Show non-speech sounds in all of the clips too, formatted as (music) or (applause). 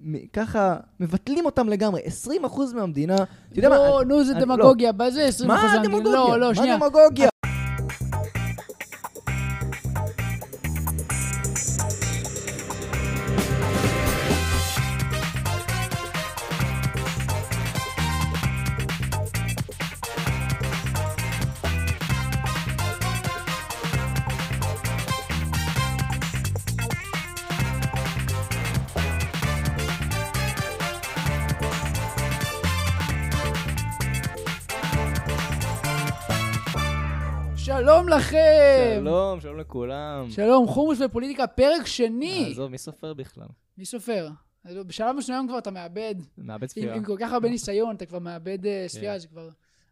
מ- ככה מבטלים אותם לגמרי. 20% מהמדינה, אתה יודע מה... נו, אני- נו, זה אני- לא. דמגוגיה, בזה 20 מה אחוז דמגוגיה? לא, לא, שנייה. מה דמגוגיה? שלום לכם! שלום, שלום לכולם. שלום, חומוס ופוליטיקה, פרק שני. עזוב, מי סופר בכלל? מי סופר? אז בשלב מסוים כבר אתה מאבד. מאבד עם ספירה. עם כל כך הרבה ניסיון, אתה כבר מאבד אה, ספירה, זה כבר...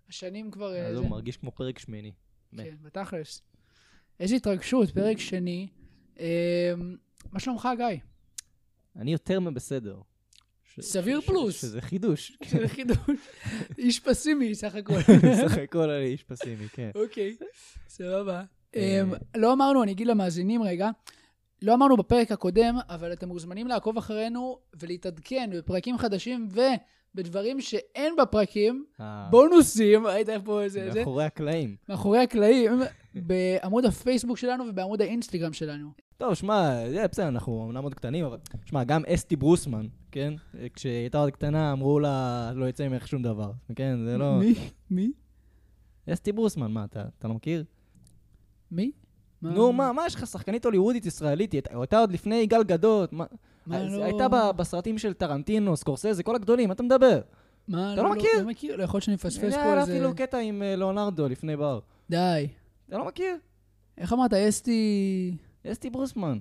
השנים כבר... אה, עזוב, זה. כן. מרגיש כמו פרק שמיני. באמת. כן, בתכלס. איזה התרגשות, פרק שני. אה, מה שלומך, גיא? אני יותר מבסדר. ש- סביר ש- פלוס. שזה חידוש. (laughs) כן, זה חידוש. איש פסימי סך הכל. (laughs) בסך הכל אני איש פסימי, (laughs) כן. אוקיי, סבבה. אה, אמ, לא אמרנו, אני אגיד למאזינים רגע, לא אמרנו בפרק הקודם, אבל אתם מוזמנים לעקוב אחרינו ולהתעדכן בפרקים חדשים ובדברים שאין בפרקים, אה, נכון. בונוסים, היית פה איזה... זה, מאחורי הקלעים. מאחורי הקלעים, בעמוד הפייסבוק שלנו ובעמוד האינסטגרם שלנו. טוב, שמע, זה בסדר, אנחנו אמנם עוד קטנים, אבל... שמע, גם אסתי ברוסמן, כן? כשהיא הייתה עוד קטנה, אמרו לה, לא יצא ממך שום דבר. כן, זה לא... מי? מי? אסתי ברוסמן, מה, אתה אתה לא מכיר? מי? נו, מה, מה יש לך? שחקנית הוליוודית ישראלית, היא הייתה- היא הייתה עוד לפני יגאל גדות. מה- מה אז לא- הייתה ב- בסרטים של טרנטינו, סקורסזה, כל הגדולים, מה אתה מדבר? מה, אתה לא מכיר? לא מכיר, לא יכול להיות שאני מפספס היה פה לה איזה... אפילו קטע עם אה, ליאונרדו לפני בר. די. אתה לא מכיר? איך אמרת, אסתי... אסתי ברוסמן.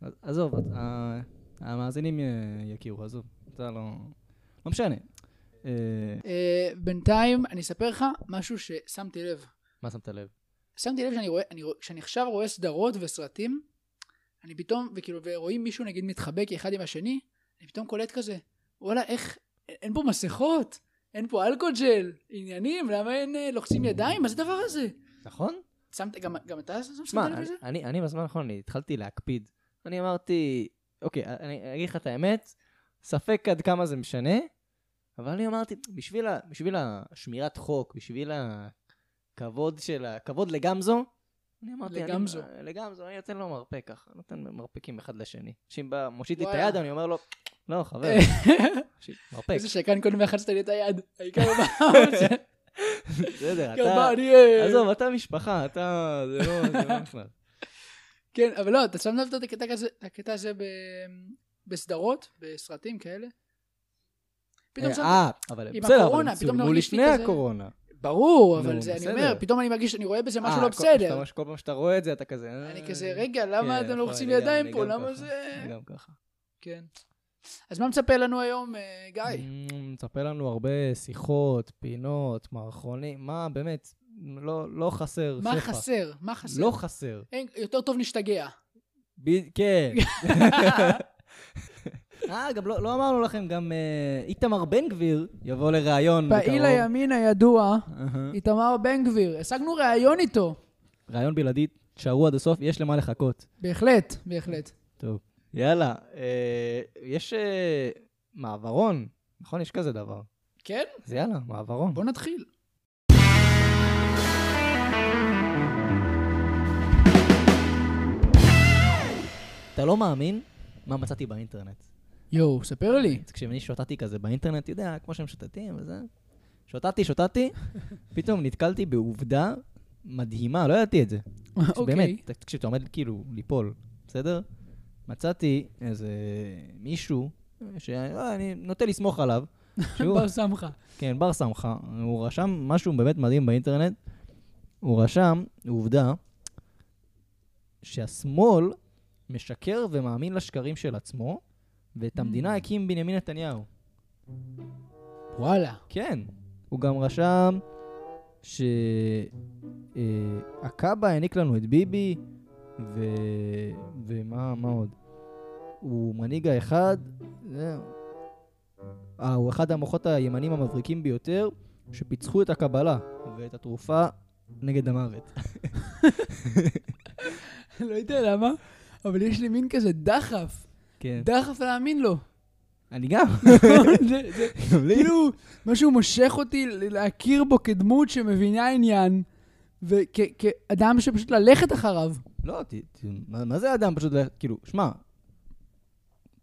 אז- עזוב, את- ה- המאזינים אה, יכירו, עזוב. אתה לא... לא משנה. אה, אה, בינתיים, אני אספר לך משהו ששמתי לב. מה שמת לב? שמתי לב שאני רואה, אני, רוא- כשאני עכשיו רואה סדרות וסרטים, אני פתאום, וכאילו, ורואים מישהו נגיד מתחבק אחד עם השני, אני פתאום קולט כזה, וואלה, איך, אין- אין פה מסכות, אין פה אלכוג'ל, עניינים, למה אין אה, לוחצים ידיים, מה זה הדבר הזה? נכון? שמת, גם, גם אתה שמת שמע, לב לזה? אני, אני בזמן האחרון אני התחלתי להקפיד. אני אמרתי, אוקיי, אני אגיד לך את האמת, ספק עד כמה זה משנה, אבל אני אמרתי, בשביל, ה, בשביל השמירת חוק, בשביל הכבוד של ה... כבוד לגמזו, אני אמרתי, לגמזו. אני, לגמזו, אני נותן לו מרפק ככה, נותן מרפקים אחד לשני. שאם בא, מושיט לי את וואלה. היד, אני אומר לו, לא, חבר, (laughs) מושיט, מרפק. איזה שקרן קודם לחצת לי את היד, העיקר מה, (laughs) בסדר, גם מה, אתה... אני... אה, עזוב, אתה משפחה, אתה... זה לא... זה לא נכנס. כן, אבל לא, אתה שם לב את הקטע הזה, הקטע הזה ב... בסדרות, בסרטים כאלה? פתאום שם... אה, אבל עם בסדר, אבל הקורונה, הם פתאום צולמו מרגיש לי לפני כזה- הקורונה. ברור, אבל נו, זה, אני בסדר. אומר, פתאום אני מרגיש שאני רואה בזה משהו אה, לא כל- כשאתה בסדר. ממש- כל פעם שאתה רואה את זה, אתה כזה... אני אה, כזה, רגע, כן, למה אתם נכון, לא לוחצים אני גם- ידיים אני פה? גם למה ככה, זה... אני גם ככה. כן. אז מה מצפה לנו היום, אה, גיא? אמ, מצפה לנו הרבה שיחות, פינות, מערכונים, מה באמת, לא לא חסר שפע. מה חסר? מה חסר? לא חסר. אין- יותר טוב נשתגע. ב- (laughs) כן. אה, גם לא לא אמרנו לכם, גם אה, איתמר בן גביר יבוא לראיון פעיל בקרוב. הימין הידוע, אהה. איתמר בן גביר, השגנו ראיון איתו. ראיון בלעדי, תשארו עד הסוף, יש למה לחכות. בהחלט, בהחלט. טוב. יאללה, אה, יש אה, מעברון, נכון? יש כזה דבר. כן? אז יאללה, מעברון. בוא נתחיל. אתה לא מאמין מה מצאתי באינטרנט. יואו, ספר לי. אז כשאני שוטטתי כזה באינטרנט, אתה יודע, כמו שהם שוטטים וזה, שוטטתי, שוטטתי, פתאום נתקלתי בעובדה מדהימה, לא ידעתי את זה. אוקיי. באמת, ת- כשאתה עומד כאילו ליפול, בסדר? מצאתי איזה מישהו, שאני נוטה לסמוך עליו, (laughs) שהוא בר סמכה. כן, בר סמכה, הוא רשם משהו באמת מדהים באינטרנט. הוא רשם עובדה שהשמאל משקר ומאמין לשקרים של עצמו, ואת המדינה הקים בנימין נתניהו. וואלה. כן. הוא גם רשם שהקאבה העניק לנו את ביבי, ו... ומה מה עוד? הוא מנהיג האחד, זהו. אה, הוא אחד המוחות הימנים המבריקים ביותר, שפיצחו את הקבלה ואת התרופה נגד המוות. לא יודע למה, אבל יש לי מין כזה דחף, כן. (laughs) דחף להאמין לו. אני גם. זה- (laughs) זה- גם לי. כאילו, משהו מושך אותי ל- להכיר בו כדמות שמבינה עניין, וכאדם שפשוט ללכת אחריו. לא, ת, ת, מה, מה זה אדם פשוט, ללכת- כאילו, שמע,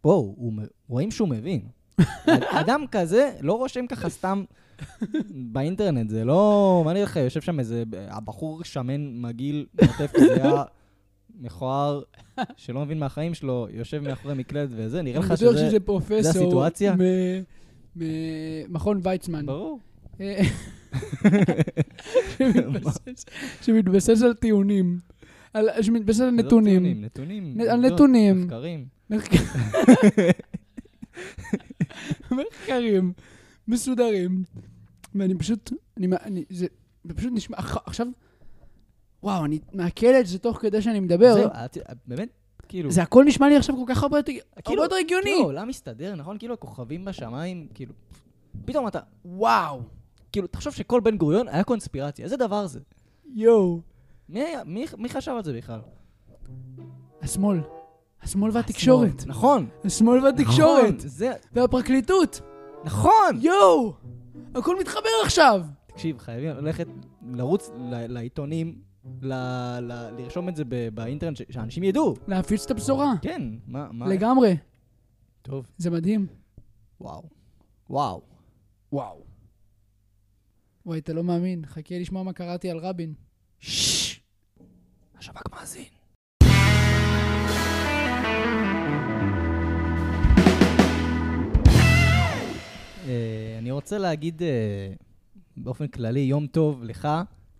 בואו, הוא מ- רואים שהוא מבין. (laughs) אד- אדם כזה לא רושם ככה סתם באינטרנט, זה לא... מה אני אגיד לך, יושב שם איזה... הבחור שמן, מגעיל, נוטף זיעה, מכוער, שלא מבין מהחיים שלו, יושב מאחורי מקלדת וזה, נראה לך אני בטוח שזה... שזה פרופסור... זה הסיטואציה? מ- ממכון ויצמן. ברור. (laughs) אה, שמתבסס- שמתבסס על טיעונים. על- שמתבסס על זה לא נתונים. נתונים. נ- על עובדות, נתונים. מחקרים. מחק- מחקרים מסודרים. ואני פשוט, אני, מה- אני, זה, זה פשוט נשמע, אח- עכשיו, וואו, אני מעכל את זה תוך כדי שאני מדבר. זהו, את- באמת, כאילו... זה הכל נשמע לי עכשיו כל כך הרבה יותר, הרבה כאילו- יותר הגיוני. כאילו, העולם מסתדר, נכון? כאילו, הכוכבים בשמיים, כאילו... פתאום אתה... וואו, כאילו, תחשוב שכל בן גוריון היה קונספירציה, איזה דבר זה? יואו. מי, היה, מי, מי חשב על זה בכלל? השמאל. השמאל והתקשורת. השמאל. נכון. השמאל והתקשורת. נכון, זה... והפרקליטות. נכון! יואו! הכל מתחבר עכשיו! תקשיב, חייבים ללכת, לרוץ ל, לעיתונים, ל, ל, לרשום את זה ב, באינטרנט, ש, שאנשים ידעו. להפיץ את הבשורה. כן, מה... מה לגמרי. טוב. זה מדהים. וואו. וואו. וואו. וואי, אתה לא מאמין. חכה לשמוע מה קראתי על רבין. ששש. השב"כ מאזין. אה, אני רוצה להגיד אה, באופן כללי יום טוב לך,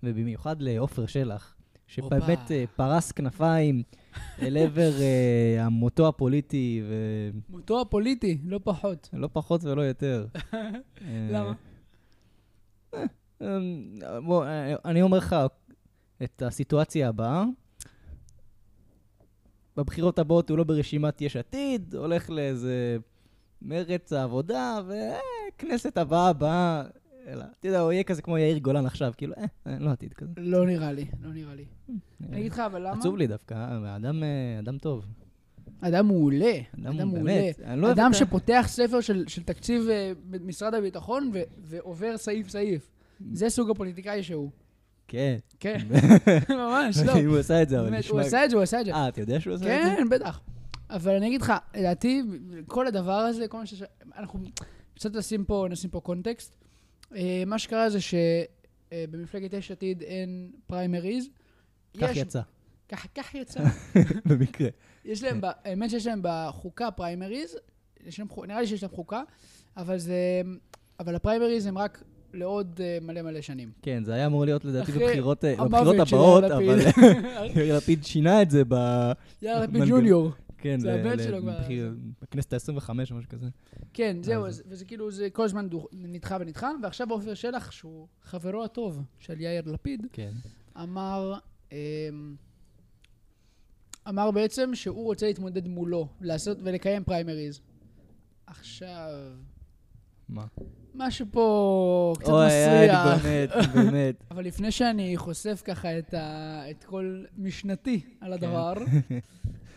ובמיוחד לעופר שלח, שבאמת הופה. אה, פרס כנפיים אל עבר אה, מותו הפוליטי, מותו הפוליטי, לא פחות. ולא פחות ולא (laughs) יותר. אה, למה? אמ, בוא, אה, אני אומר לך את הסיטואציה הבאה. בבחירות הבאות הוא לא ברשימת יש עתיד, הולך לאיזה מרץ העבודה, וכנסת הבאה הבאה, אלא, אתה יודע, הוא יהיה כזה כמו יאיר גולן עכשיו, כאילו, אה, אה, לא עתיד כזה. אה, לא נראה לי, לא נראה לי. אני אגיד לך, אבל למה? עצוב לי דווקא, אה, אדם, אה, אדם טוב. אדם מעולה. אדם אדם, מעולה. באמת. אני לא אוהב אדם את ה- שפותח ספר של של תקציב אה, משרד הביטחון ו- ועובר סעיף-סעיף. זה סוג הפוליטיקאי שהוא. (laughs) כן. כן, (laughs) ממש, (laughs) לא. אם הוא עשה את זה, אבל באמת, נשמע... הוא עשה את זה, הוא עשה את זה. אה, אתה יודע שהוא עשה את זה? כן, בטח. אבל אני אגיד לך, לדעתי, כל הדבר הזה, כל מה ש... אנחנו קצת נשים פה, נשים פה קונטקסט. אה, מה שקרה זה שבמפלגת יש עתיד אין פריימריז. כך כן, יש- יצא, (laughs) כך, כך יצא. במקרה. יש להם, ב- האמת שיש להם בחוקה פריימריז, יש להם, חו- נראה לי שיש להם חוקה, אבל זה... אבל הפריימריז הם רק לעוד אה, מלא מלא שנים. כן, זה היה אמור להיות לדעתי אחרי בבחירות אה, המוות בבחירות של הבאות, יאיר אבל (laughs) לפיד. יאיר לפיד שינה את זה ב... (laughs) יאיר לפיד מנגנון. ג'וניור. כן, זה ל- הבן ל- שלו כבר, בבחיר- בכנסת ה-25 או משהו כזה. כן, זהו, אז- אז- וזה כאילו, זה כל הזמן דו- נדחה ונדחה, ועכשיו עופר שלח, שהוא חברו הטוב של יאיר לפיד, כן. אמר, אמ, אמר בעצם שהוא רוצה להתמודד מולו, לעשות ולקיים פריימריז. עכשיו, מה? משהו פה קצת אוי, אוי, מסריח. באמת, באמת. (laughs) אבל לפני שאני חושף ככה את, ה... את כל משנתי כן. (laughs) על הדבר,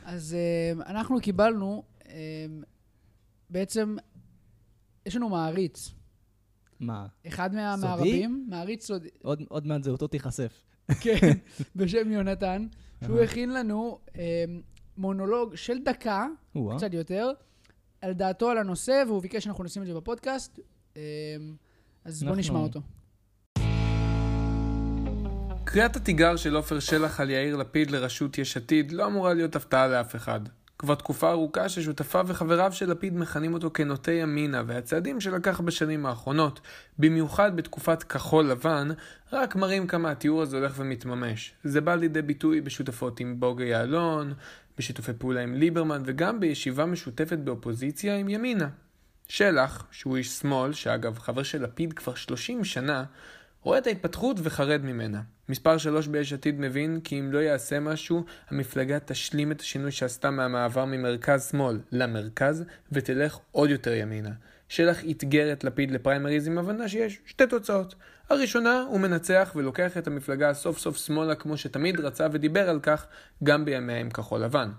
אז um, אנחנו קיבלנו, um, בעצם, יש לנו מעריץ. מה? אחד מה... סודי? מהרבים, מעריץ סודי, (laughs) עוד- עוד מעט זהותו תיחשף. כן, בשם יונתן, שהוא הכין לנו um, מונולוג של דקה, או-אה. קצת יותר, על דעתו על הנושא, והוא ביקש שאנחנו נשים את זה בפודקאסט, um, אז בואו אנחנו- נשמע אותו. כן. קריאת התיגר של עופר שלח על יאיר לפיד לראשות יש עתיד לא אמורה להיות הפתעה לאף אחד. כבר תקופה ארוכה ששותפיו וחבריו של לפיד מכנים אותו כנוטה ימינה, והצעדים שלקח בשנים האחרונות, במיוחד בתקופת כחול לבן, רק מראים כמה התיאור הזה הולך ומתממש. זה בא לידי ביטוי בשותפות עם בוגי יעלון, בשיתופי פעולה עם ליברמן, וגם בישיבה משותפת באופוזיציה עם ימינה. שלח, שהוא איש שמאל, שאגב חבר של לפיד כבר 30 שנה, רואה את ההתפתחות וחרד ממנה. מספר 3 ביש עתיד מבין כי אם לא יעשה משהו, המפלגה תשלים את השינוי שעשתה מהמעבר ממרכז-שמאל למרכז, ותלך עוד יותר ימינה. שלח אתגר את לפיד לפריימריז עם הבנה שיש שתי תוצאות. הראשונה, הוא מנצח ולוקח את המפלגה סוף סוף שמאלה כמו שתמיד רצה ודיבר על כך גם בימיה עם כחול לבן.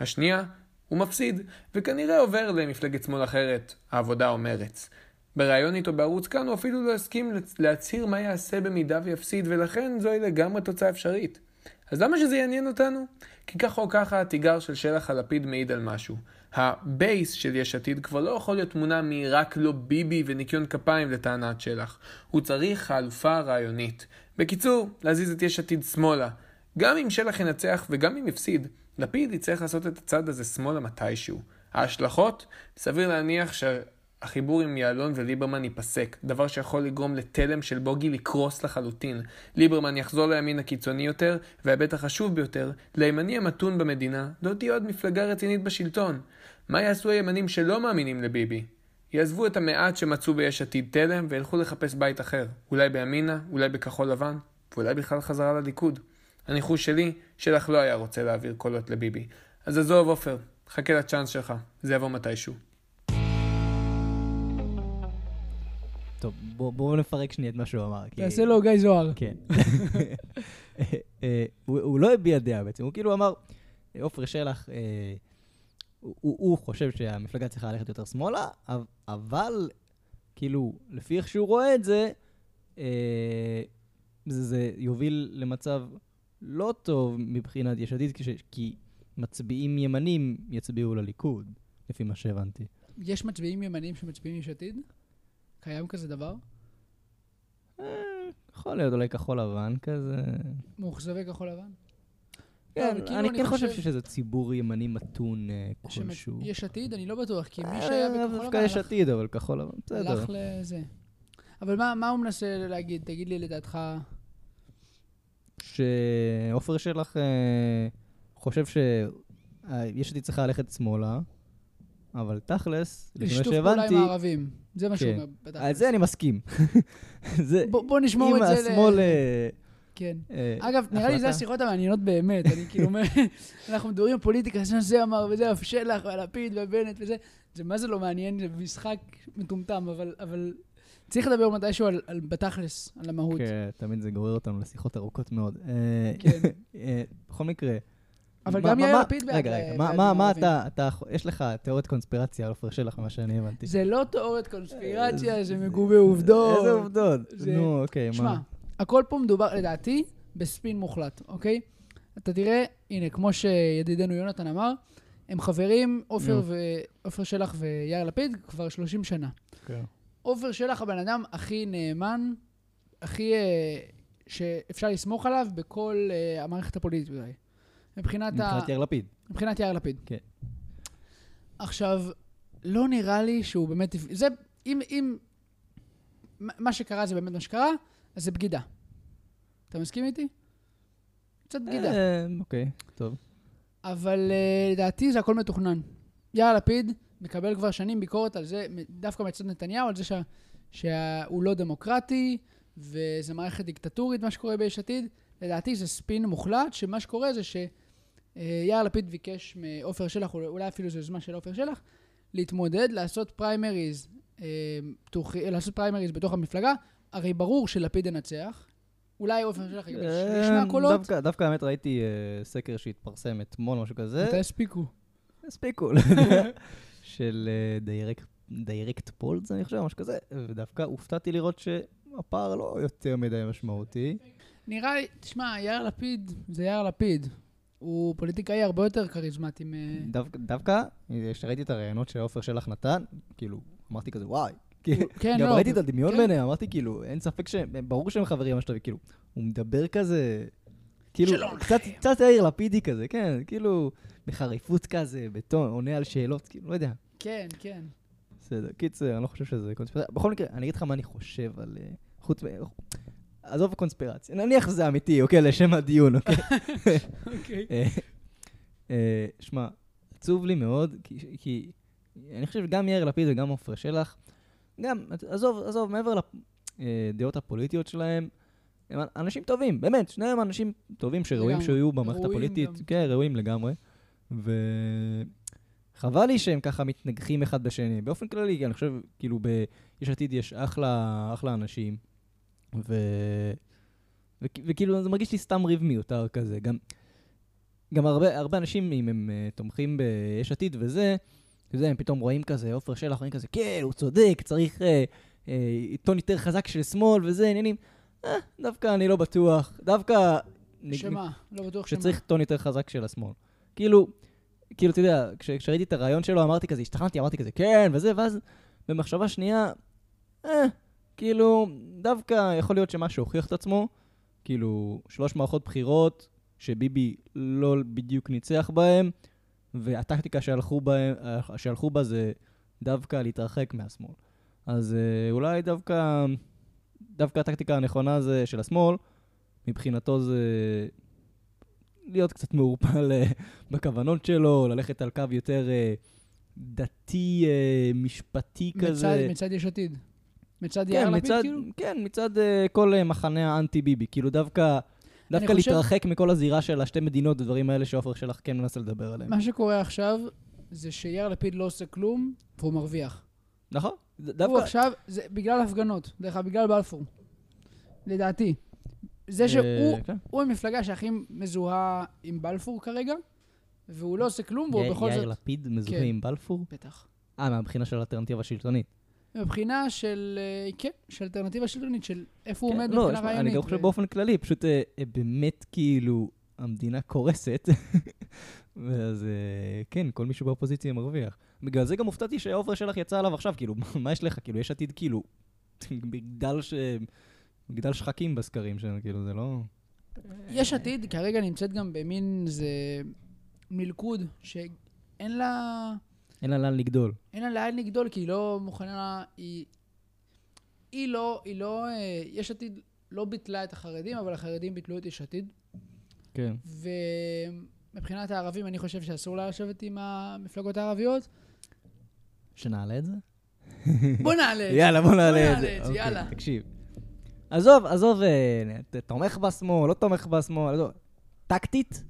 השנייה, הוא מפסיד, וכנראה עובר למפלגת שמאל אחרת, העבודה או מרץ. בריאיון איתו בערוץ כאן הוא אפילו לא הסכים לצ- להצהיר מה יעשה במידה ויפסיד, ולכן זוהי לגמרי תוצאה אפשרית. אז למה שזה יעניין אותנו? כי ככה או ככה התיגר של שלח הלפיד מעיד על משהו. הבייס של יש עתיד כבר לא יכול להיות תמונה מ"רק לא ביבי" וניקיון כפיים לטענת שלח. הוא צריך חלופה רעיונית. בקיצור, להזיז את יש עתיד שמאלה. גם אם שלח ינצח וגם אם יפסיד, לפיד יצטרך לעשות את הצעד הזה שמאלה מתישהו. ההשלכות? סביר להניח שהחיבור עם יעלון וליברמן ייפסק, דבר שיכול לגרום לתלם של בוגי לקרוס לחלוטין. ליברמן יחזור לימין הקיצוני יותר, וההיבט החשוב ביותר, לימני המתון במדינה, לא תהיה עוד מפלגה רצינית בשלטון. מה יעשו הימנים שלא מאמינים לביבי? יעזבו את המעט שמצאו ביש עתיד תלם וילכו לחפש בית אחר, אולי בימינה, אולי בכחול לבן, ואולי בכלל חזרה לליכוד. הניחוש שלי, שלך לא היה רוצה להעביר קולות לביבי. אז עזוב, עופר, חכה לצ'אנס שלך, זה יבוא מתישהו. טוב, בוא- בואו נפרק שנייה את מה שהוא אמר. כי- תעשה לו גיא זוהר. כן. אה, הוא הוא לא הביע דעה בעצם, הוא כאילו אמר, עופר שלח, אה, הוא- הוא הוא חושב שהמפלגה צריכה ללכת יותר שמאלה, אב- אבל כאילו, לפי איך שהוא רואה את זה, אה, זה זה יוביל למצב לא טוב מבחינת יש עתיד, כש- כי מצביעים ימנים יצביעו לליכוד, לפי מה שהבנתי. יש מצביעים ימנים שמצביעים יש עתיד? קיים כזה דבר? יכול להיות אולי כחול לבן כזה. מאוכזבי כחול לבן? כן, אבל כאילו אני אני כן חושב חושב- שיש איזה ציבור ימני מתון אה, שמת- כלשהו. יש עתיד? אני לא בטוח, כי מי שהיה אה, בכחול דווקא לבן יש הלך- עתיד, אבל כחול לבן, בסדר. הלך לזה. אבל מה- מה הוא מנסה להגיד? תגיד לי לדעתך... שעופר שלח אה, חושב שיש עתיד צריכה ללכת שמאלה, אבל תכלס, לפי מה שיתוף פעולה עם שהבנתי, הערבים. זה מה שהוא כן. אומר. בטח. על זה אני מסכים. (laughs) זה, בוא בוא נשמור אם את זה ל... השמאל... אה, כן. אה, אגב, נראה לי זה החלטה. השיחות המעניינות באמת. אני כאילו אומר, (laughs) אנחנו מדברים על פוליטיקה, אז זה אמר, וזה אף שלח, ולפיד, ובנט, וזה. זה מה זה לא מעניין, זה משחק מטומטם, אבל- אבל צריך לדבר מתישהו על- על בתכלס, על המהות. כן, תמיד זה גורר אותנו לשיחות ארוכות מאוד. אה, כן. (laughs) אה, בכל מקרה... אבל מה- גם מה- יאיר מה- לפיד בעד רגע, ל- רגע, בעד מה- מה מה המעורבים. אתה, אתה- יש לך תיאוריית קונספירציה על עופר שלח, ממה שאני הבנתי. זה לא תיאוריית קונספירציה, זה מגובה עובדות. אה, איזה עובדות? זה- נו, אוקיי, שמע, מה? הכל פה מדובר, לדעתי, בספין מוחלט, אוקיי? אתה תראה, הנה, כמו שידידנו יונתן אמר, הם חברים, עופר נו. ו- עופר שלח ויאיר לפיד, כבר 30 שנה. כן. עופר שלח הבן אדם הכי נאמן, הכי... אה, שאפשר לסמוך עליו בכל אה, המערכת הפוליטית אולי. מבחינת, ה... מבחינת יאיר לפיד. מבחינת יאיר לפיד. כן. עכשיו, לא נראה לי שהוא באמת... הפ- זה, אם, אם... מה- מה שקרה זה באמת מה שקרה, אז זה בגידה. אתה מסכים איתי? קצת בגידה. אה, אוקיי, טוב. אבל אה, לדעתי זה הכל מתוכנן. יאיר לפיד מקבל כבר שנים ביקורת על זה, מ- דווקא מצד נתניהו, על זה שה, שהוא לא דמוקרטי, וזה מערכת דיקטטורית, מה שקורה ביש עתיד. לדעתי זה ספין מוחלט, שמה שקורה זה שיאיר לפיד ביקש מעופר שלח, אולי- אולי אפילו זו יוזמה של עופר שלח, להתמודד, לעשות פריימריז, אה, פתוח- לעשות פריימריז בתוך המפלגה. הרי ברור שלפיד ינצח. אולי עופר שלח יקבל שני- שני אה, הקולות. דווקא- דווקא האמת ראיתי אה, סקר שהתפרסם אתמול, משהו כזה. מתי יספיקו? (laughs) הספיקו. של אה, דיירק- דיירקט פולדס, אני חושב, משהו כזה. ודווקא הופתעתי לראות שהפער לא יותר מדי משמעותי. נראה לי, תשמע, יאיר לפיד זה יאיר לפיד. הוא פוליטיקאי הרבה יותר כריזמטי מ... דווקא- דווקא, אה, כשראיתי את הראיונות שעופר שלח נתן, כאילו, אמרתי כזה, וואי. כן, גם לא, ראיתי את אבל- הדמיון כן. ביניהם, אמרתי כאילו, אין ספק שהם, ברור שהם חברים, מה שאתה כאילו, הוא מדבר כזה, כאילו, שלום קצת, קצת יאיר לפידי כזה, כן, כאילו, בחריפות כזה, בטון, עונה על שאלות, כאילו, לא יודע. כן, כן. בסדר, קיצר, אני לא חושב שזה קונספירציה. בכל מקרה, אני אגיד לך מה אני חושב על... אה, חוץ מ... עזוב קונספירציה, נניח שזה אמיתי, אוקיי? לשם הדיון, אוקיי? אוקיי. אה, אה, שמע, עצוב לי מאוד, כי- כי אני חושב שגם יאיר לפיד וגם עפר שלח, גם, עזוב, עזוב, מעבר לדעות הפוליטיות שלהם, הם אנשים טובים, באמת, שניהם אנשים טובים שראויים לגמרי. שיהיו במערכת ראויים הפוליטית, גם. כן, ראויים לגמרי, וחבל לי שהם ככה מתנגחים אחד בשני. באופן כללי, אני חושב, כאילו, ביש עתיד יש אחלה, אחלה אנשים, ו... וכ- וכאילו, זה מרגיש לי סתם ריב מיותר כזה, גם... גם הרבה, הרבה אנשים, אם הם אה, תומכים ביש עתיד וזה, אתה יודע, הם פתאום רואים כזה, עופר שלח, רואים כזה, כן, הוא צודק, צריך אה, אה, טון יותר חזק של שמאל וזה, עניינים. אה, דווקא אני לא בטוח, דווקא... נ- שמה? לא בטוח שמה. שצריך טון יותר חזק של השמאל. כאילו, כאילו, אתה יודע, כש, כשראיתי את הרעיון שלו אמרתי כזה, השתכנעתי, אמרתי כזה, כן, וזה, ואז במחשבה שנייה, אה, כאילו, דווקא יכול להיות שמשהו הוכיח את עצמו, כאילו, שלוש מערכות בחירות שביבי לא בדיוק ניצח בהן, והטקטיקה שהלכו, בהם, אה, שהלכו בה זה דווקא להתרחק מהשמאל. אז אה, אולי דווקא, דווקא הטקטיקה הנכונה זה של השמאל, מבחינתו זה להיות קצת מעורפל אה, בכוונות שלו, ללכת על קו יותר אה, דתי, אה, משפטי כזה. מצד- מצד יש עתיד. מצד יאיר כן, לפיד, מצד, כאילו? כן, מצד אה, כל אה, מחנה האנטי-ביבי. כאילו דווקא, דווקא חושב- להתרחק מכל הזירה של השתי מדינות, הדברים האלה שעופר שלח כן מנסה לדבר עליהם. מה שקורה עכשיו, זה שיאיר לפיד לא עושה כלום, והוא מרוויח. נכון? ד- הוא דווקא... עכשיו, זה בגלל הפגנות, דרך אגב, בגלל בלפור. לדעתי. זה שהוא אה, כן. הוא המפלגה שהכי מזוהה עם בלפור כרגע, והוא לא עושה כלום, והוא יאיר- בכל יאיר זאת... לפיד מזוהה כן. עם בלפור? בטח. אה, מהבחינה של האלטרנטיבה השלטונית. מבחינה של, אה, כן, של אלטרנטיבה שלטונית, של איפה הוא כן, עומד לא, מבחינה שמע, רעיונית. אני גם חושב ו- באופן כללי, פשוט אה, אה, באמת כאילו המדינה קורסת, (laughs) ואז אה, כן, כל מישהו באופוזיציה מרוויח. בגלל זה גם הופתעתי שעופר שלח יצא עליו עכשיו, כאילו, (laughs) מה- מה יש לך? כאילו, יש עתיד כאילו, (laughs) מגדל ש... מגדל שחקים בסקרים שלנו, כאילו, זה לא... יש עתיד כרגע נמצאת גם במין איזה מלכוד, שאין לה... אין לה לאן לגדול. אין לה לאן לגדול, כי היא לא מוכנה... היא... היא לא, היא לא... אה, יש עתיד לא ביטלה את החרדים, אבל החרדים ביטלו את יש עתיד. כן. ומבחינת הערבים, אני חושב שאסור לה לשבת עם (laughs) המפלגות הערביות. שנעלה את זה? בוא נעלה את זה. יאללה, אה, בוא נעלה נעלה את זה. את זה, אוקיי, יאללה. תקשיב. עזוב, עזוב, אה, ת- תומך בשמאל, לא תומך בשמאל, עזוב. טקטית,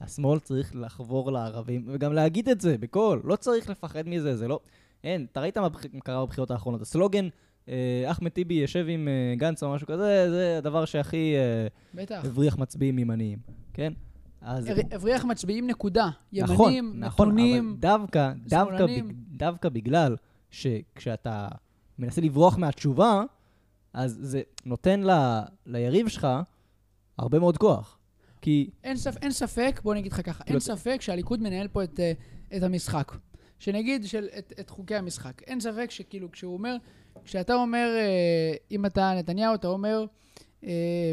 השמאל צריך לחבור לערבים, וגם להגיד את זה בקול. לא צריך לפחד מזה, זה לא... אין, אתה ראית מה בח- קרה בבחירות האחרונות. הסלוגן, אה, אחמד טיבי יושב עם אה, גנץ או משהו כזה, זה הדבר שהכי אה, בטח. הבריח מצביעים ימניים, כן? אז... הר- הבריח מצביעים נקודה. נכון, ימנים, נכון, אבל מתונים. דווקא, דווקא, שמאלנים. בג, דווקא בגלל שכשאתה מנסה לברוח מהתשובה, אז זה נותן ל, ליריב שלך הרבה מאוד כוח. כי אין, ספ... אין ספק, בוא נגיד לך ככה, אין לא- ספק שהליכוד מנהל פה את, אה, את המשחק. שנגיד של, את, את חוקי המשחק. אין ספק שכאילו כשהוא אומר, כשאתה אומר, אה, אם אתה נתניהו, אתה אומר, אה,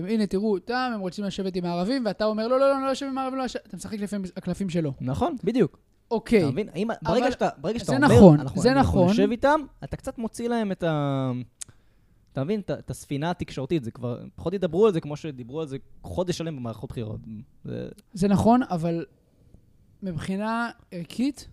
הנה תראו אותם, הם רוצים לשבת עם הערבים, ואתה אומר, לא, לא, לא, אני לא יושב עם הערבים, לא יושב... אתה משחק לפי הקלפים שלו. נכון, בדיוק. אוקיי, אתה מבין? אם, ברגע שאתה, ברגע שאתה זה אומר, נכון, אנחנו, זה אני- אנחנו נכון. נשב איתם, אתה קצת מוציא להם את ה... אתה מבין? את ה- את הספינה התקשורתית, זה כבר... פחות ידברו על זה כמו שדיברו על זה חודש שלם במערכות בחירות. זה... זה נכון, אבל מבחינה ערכית,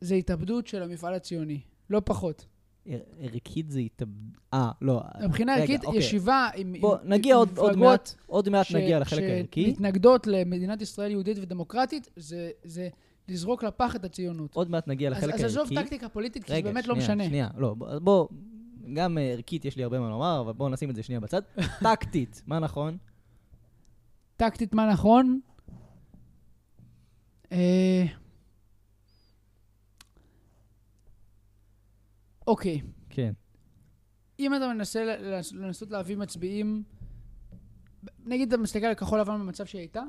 זה התאבדות של המפעל הציוני, לא פחות. ער- ערכית זה התאבד... אה, לא. מבחינה רגע, ערכית, אוקיי. ישיבה עם בוא, עם- נגיע עם עוד, עוד מפלגות מעט, עוד מעט ש- נגיע לחלק הערכי. שמתנגדות למדינת ישראל יהודית ודמוקרטית, זה, זה לזרוק לפח את הציונות. עוד מעט נגיע אוקיי, לחלק אז, הערכי. אז עזוב טקטיקה פוליטית, כי זה באמת שנייה, לא משנה. שנייה, לא, בוא, אז בוא, גם אה, ערכית יש לי הרבה מה לומר, אבל בואו נשים את זה שנייה (laughs) בצד. טקטית, מה נכון? טקטית מה נכון? אה... אוקיי, כן. אם אתה מנסה ל- לנס- לנסות להביא מצביעים, נגיד אתה מסתכל על כחול לבן במצב שהיא הייתה,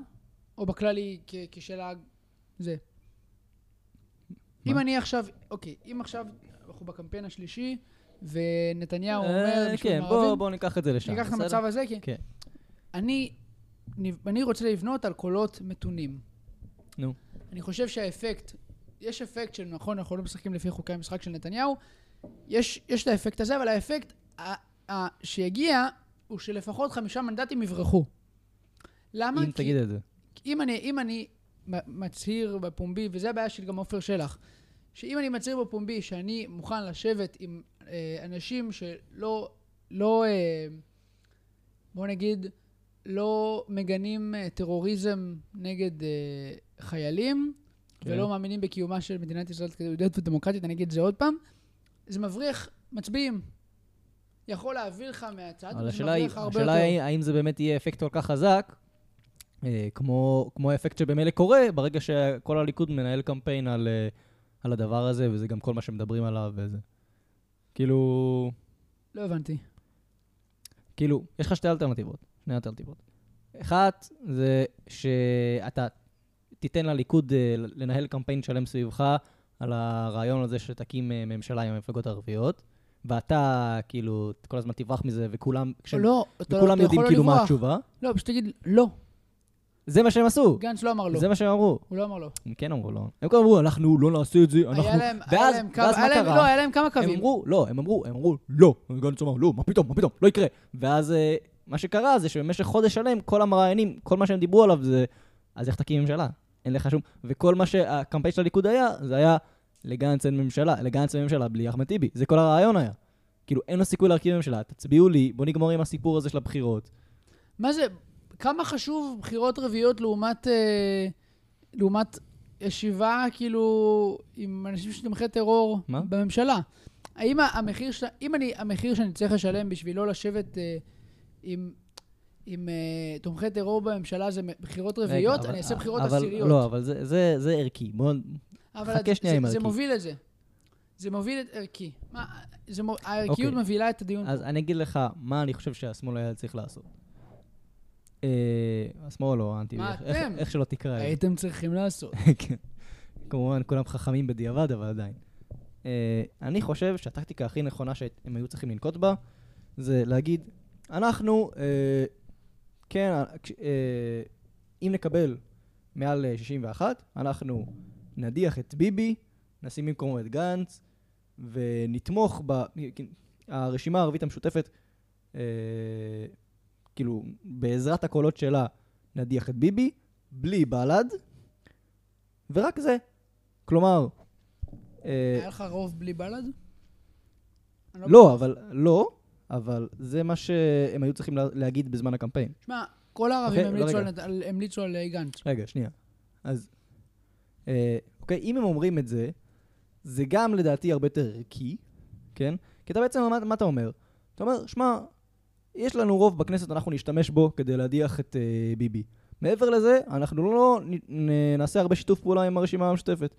או בכללי כ- כשאלה זה. מה? אם אני עכשיו, אוקיי, אם עכשיו אנחנו בקמפיין השלישי, ונתניהו אומר, "נשמע כן, בוא, ערבים", בוא ניקח את זה לשם. ניקח את בסדר? המצב הזה, כי כן. אני, נב- אני רוצה לבנות על קולות מתונים. נו. אני חושב שהאפקט, יש אפקט של נכון, אנחנו לא משחקים לפי חוקי המשחק של נתניהו, יש, יש את האפקט הזה, אבל האפקט ה, ה, שיגיע הוא שלפחות חמישה מנדטים יברחו. למה? אם תגיד את זה. אם אני, אם אני מ- מצהיר בפומבי, וזה הבעיה של גם עופר שלח, שאם אני מצהיר בפומבי שאני מוכן לשבת עם אה, אנשים שלא, לא, אה, בוא נגיד, לא מגנים אה, טרוריזם נגד אה, חיילים, כן. כן. ולא מאמינים בקיומה של מדינת ישראל כיהודית ודמוקרטית, אני אגיד את זה עוד פעם, זה מבריח מצביעים. יכול להביא לך מהצד, אבל זה השאלה היא, מבריח הרבה השאלה יותר. היא, האם זה באמת יהיה אפקט כל כך חזק, אה, כמו, כמו האפקט שבמילא קורה, ברגע שכל הליכוד מנהל קמפיין על, אה, על הדבר הזה, וזה גם כל מה שמדברים עליו וזה. כאילו, לא הבנתי. כאילו, יש לך שתי אלטרנטיבות, שני אלטרנטיבות. אחת, זה שאתה תיתן לליכוד אה, לנהל קמפיין שלם סביבך על הרעיון הזה שתקים אה, ממשלה עם המפלגות הערביות, ואתה, כאילו, כל הזמן תברח מזה, וכולם, כש- לא, אתה לא- וכולם אתה יודעים יכול לא כאילו מה לברוח. התשובה. לא, פשוט תגיד לא. זה מה שהם עשו, גנץ לא אמר לא. זה מה שהם אמרו. הוא לא אמר לא. הם כן אמרו לא. הם כבר אמרו, אנחנו לא נעשה את זה, אנחנו... היה להם- היה ואז- להם כמה- ואז מה היה להם- קרה? לא, היה להם כמה הם קווים. אמרו, לא, הם אמרו, הם אמרו, לא. גנץ אמר, לא, מה פתאום, מה פתאום, לא יקרה. ואז אה, מה שקרה זה שבמשך חודש שלם, כל המראיינים, כל מה שהם דיברו עליו זה, אז איך תקים ממשלה? אין לך שום... וכל מה שהקמפיין של הליכוד היה, זה היה לגנץ אין ממשלה, לגנץ אין ממשלה בלי אחמד טיבי. זה כל הרעיון היה. כאילו, אין לו סיכוי להרכיב ממשלה, תצביעו לי, בוא נגמור עם הסיפור הזה של הבחירות. מה זה, כמה חשוב בחירות רביעיות לעומת, אה, לעומת ישיבה, כאילו, עם אנשים שתומכי טרור מה? בממשלה? האם ה- המחיר, של, אם אני, המחיר שאני צריך לשלם בשביל לא לשבת אה, עם, עם אה, תומכי טרור בממשלה זה מ- בחירות רגע, רביעיות? אבל- אני אעשה בחירות אבל- עשיריות. לא, אבל זה- זה- זה ערכי. בואו... אבל חכה זה- שנייה עם זה, זה ערכי. מוביל את זה. זה מוביל את ערכי. מה, זה מוב... הערכיות אוקיי. מובילה את הדיון. אז אני אגיד לך מה אני חושב שהשמאל היה צריך לעשות. אה, השמאל או האנטי, מה איך- איך- אתם? איך שלא תקרא את הייתם צריכים לעשות. זה. כן. כמובן, כולם חכמים בדיעבד, אבל עדיין. אה, אני חושב שהטקטיקה הכי נכונה שהם היו צריכים לנקוט בה, זה להגיד, אנחנו, אה, כן, אה, כש- אה, אם נקבל מעל אה, 61, אנחנו נדיח את ביבי, נשים במקומו את גנץ, ונתמוך ב... הרשימה הערבית המשותפת, אה, כאילו, בעזרת הקולות שלה, נדיח את ביבי, בלי בל"ד, ורק זה. כלומר, אה, היה לך רוב בלי בל"ד? אני לא, אבל, לא, אבל זה מה שהם היו צריכים לה- להגיד בזמן הקמפיין. שמע, כל הערבים אוקיי, לא, המליצו רגע. על- על- המליצו על אה, גנץ. רגע, שנייה. אז, אה, אוקיי, אם הם אומרים את זה, זה גם לדעתי הרבה יותר ערכי, כן? כי אתה בעצם, מה, מה אתה אומר? אתה אומר, שמע, יש לנו רוב בכנסת, אנחנו נשתמש בו כדי להדיח את אה, ביבי. מעבר לזה, אנחנו לא נ, נ, נעשה הרבה שיתוף פעולה עם הרשימה המשותפת.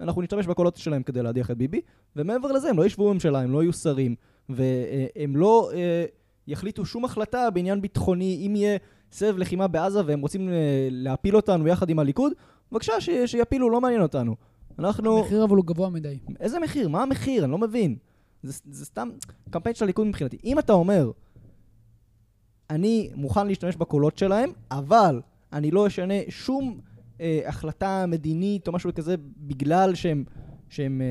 אנחנו נשתמש בקולות שלהם כדי להדיח את ביבי, ומעבר לזה, הם לא ישבו בממשלה, הם לא יהיו שרים, והם לא אה, יחליטו שום החלטה בעניין ביטחוני, אם יהיה סבב לחימה בעזה והם רוצים אה, להפיל אותנו יחד עם הליכוד, בבקשה, ש- שיפילו, לא מעניין אותנו. אנחנו... המחיר אבל הוא גבוה מדי. איזה מחיר? מה המחיר? אני לא מבין. זה, זה סתם קמפיין של הליכוד מבחינתי. אם אתה אומר, אני מוכן להשתמש בקולות שלהם, אבל אני לא אשנה שום אה, החלטה מדינית או משהו כזה בגלל שהם, שהם אה,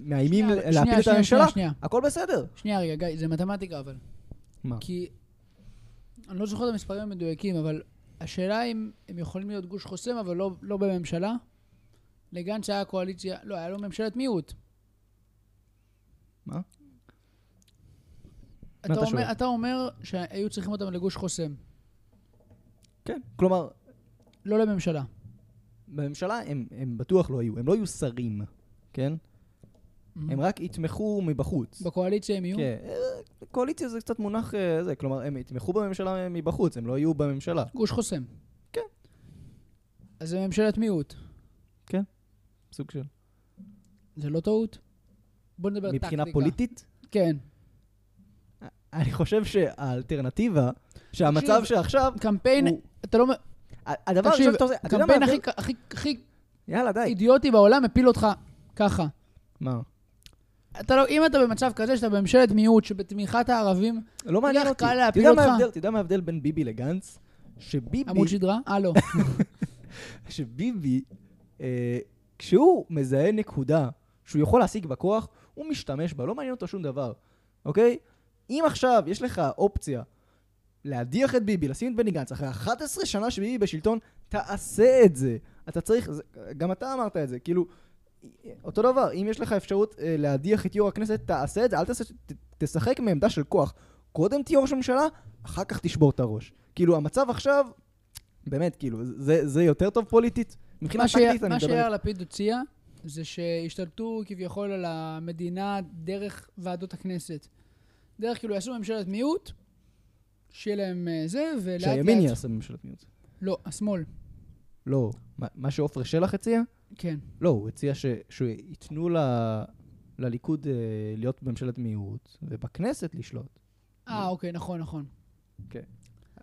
מאיימים שנייה, להפיל שנייה, את שנייה, הממשלה, שנייה, הכל בסדר. שנייה רגע, גיא, זה מתמטיקה אבל. מה? כי... אני לא זוכר את המספרים המדויקים, אבל השאלה אם הם יכולים להיות גוש חוסם, אבל לא- לא בממשלה. לגנץ היה קואליציה, לא, היה לו ממשלת מיעוט. מה? אתה אתה אומר- שואל? אתה אומר שהיו צריכים אותם לגוש חוסם, כן. כלומר, לא לממשלה. בממשלה הם, הם בטוח לא יהיו, הם לא יהיו שרים, כן? הם Mm-hmm. רק יתמכו מבחוץ. בקואליציה הם יהיו? כן, אה, קואליציה זה קצת מונח אה, זה, כלומר, הם יתמכו בממשלה מבחוץ, הם לא יהיו בממשלה. גוש חוסם. כן. אז זה ממשלת מיעוט. סוג של... זה לא טעות? בוא נדבר על טקטיקה. מבחינה פוליטית, כן. אני חושב שהאלטרנטיבה, שהמצב תקשיב, שעכשיו, קמפיין, הוא- אתה לא... מ- ה- הדבר תקשיב, הראשון שאתה עושה, אתה יודע מה? קמפיין הכי- הכי הכי יאללה, די. אידיוטי בעולם מפיל אותך ככה. מה? אתה לא, אם אתה במצב כזה שאתה בממשלת מיעוט שבתמיכת הערבים, לא מעניין לך, אותי. קל אתה להפיל יודע מה אותך. ההבדל- אתה יודע מה ההבדל בין ביבי לגנץ? שביבי... עמוד שדרה? אה, לא. שביבי, אה, כשהוא מזהה נקודה שהוא יכול להשיג בכוח, הוא משתמש בה, לא מעניין אותו שום דבר, אוקיי? אם עכשיו יש לך אופציה להדיח את ביבי, לשים את בני גנץ, אחרי 11 שנה שביבי בשלטון, תעשה את זה. אתה צריך, זה, גם אתה אמרת את זה, כאילו, אותו דבר, אם יש לך אפשרות אה, להדיח את יו"ר הכנסת, תעשה את זה, אל תעשה, ת, תשחק מעמדה של כוח. קודם תהיה ראש הממשלה, אחר כך תשבור את הראש. כאילו, המצב עכשיו, באמת, כאילו, זה, זה יותר טוב פוליטית? (laughs) מבחינה מה שיה- טקטית אני מה מדבר... שיאיר לפיד הציע, זה שהשתלטו כביכול על המדינה דרך ועדות הכנסת. דרך כאילו יעשו ממשלת מיעוט, שיהיה להם אה, זה, ולאט לאט... שהימין יעשה ממשלת מיעוט. לא, השמאל. לא, מה- מה שעופר שלח הציע? כן. לא, הוא הציע ש, שייתנו ל, לליכוד אה, להיות ממשלת מיעוט, ובכנסת לשלוט. אה, אוקיי, נכון, נכון.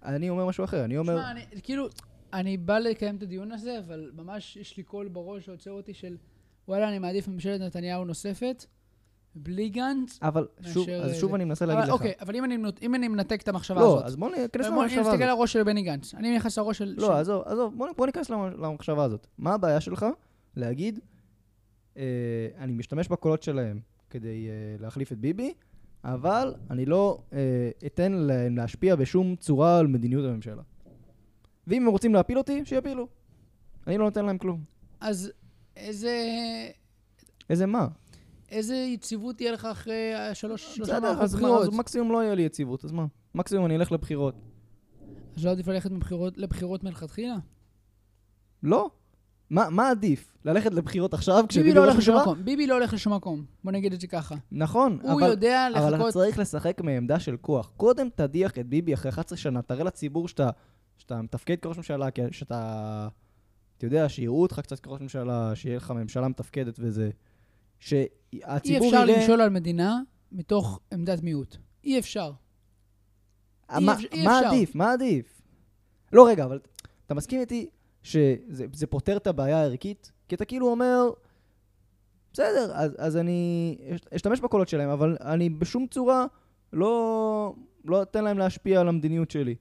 אני אומר משהו אחר, אני אומר... תשמע, אני, כאילו, אני בא לקיים את הדיון הזה, אבל ממש יש לי קול בראש שעוצר אותי של, וואלה, אני מעדיף ממשלת נתניהו נוספת, בלי גנץ. אבל שוב, מאשר אה, אז זה. שוב אני מנסה להגיד אבל לך. אוקיי, אבל אם אני, מנות- אם אני מנתק את המחשבה לא, הזאת, אז בוא ניכנס אבל בוא- אני למחשבה מסתכל הזאת. על הראש של בני גנץ. אני נכנס לראש של... של- לא, עזוב, עזוב, בוא, בוא ניכנס למ- למחשבה הזאת. מה הבעיה שלך להגיד, אה, אני משתמש בקולות שלהם כדי אה, להחליף את ביבי, אבל אני לא אה, אתן להם להשפיע בשום צורה על מדיניות הממשלה. ואם הם רוצים להפיל אותי, שיפילו. אני לא נותן להם כלום. אז איזה... איזה מה? איזה יציבות תהיה לך אחרי השלוש, שלושה בסדר, מערכות אז מה, בחירות? אז מקסימום לא יהיה לי יציבות, אז מה? מקסימום אני אלך לבחירות. אז לא עדיף ללכת מבחירות, לבחירות מלכתחילה? לא. מה, מה עדיף? ללכת לבחירות עכשיו כשביבי ביבי לא ראש הולך לשום ממשלה? מקום. ביבי לא הולך לשום מקום. בוא נגיד את זה ככה. נכון, הוא אבל... יודע אבל אתה לחכות... צריך לשחק מעמדה של כוח. קודם תדיח את ביבי אחרי 11 שנה, תראה לציבור שאתה, שאתה מתפקד כראש ממשלה, כי שאתה... אתה יודע, שיראו אותך קצת כראש ממשלה, שיהיה לך ממשלה מתפקדת וזה. אי שהציבור אפשר יראה... למשול על מדינה מתוך עמדת מיעוט. אי אפשר. אה, מה- אפשר- אי מה אפשר. עדיף? מה עדיף? לא, רגע, אבל אתה מסכים איתי שזה זה פותר את הבעיה הערכית? כי אתה כאילו אומר, בסדר, אז, אז אני אש- אשתמש בקולות שלהם, אבל אני בשום צורה לא, לא אתן להם להשפיע על המדיניות שלי.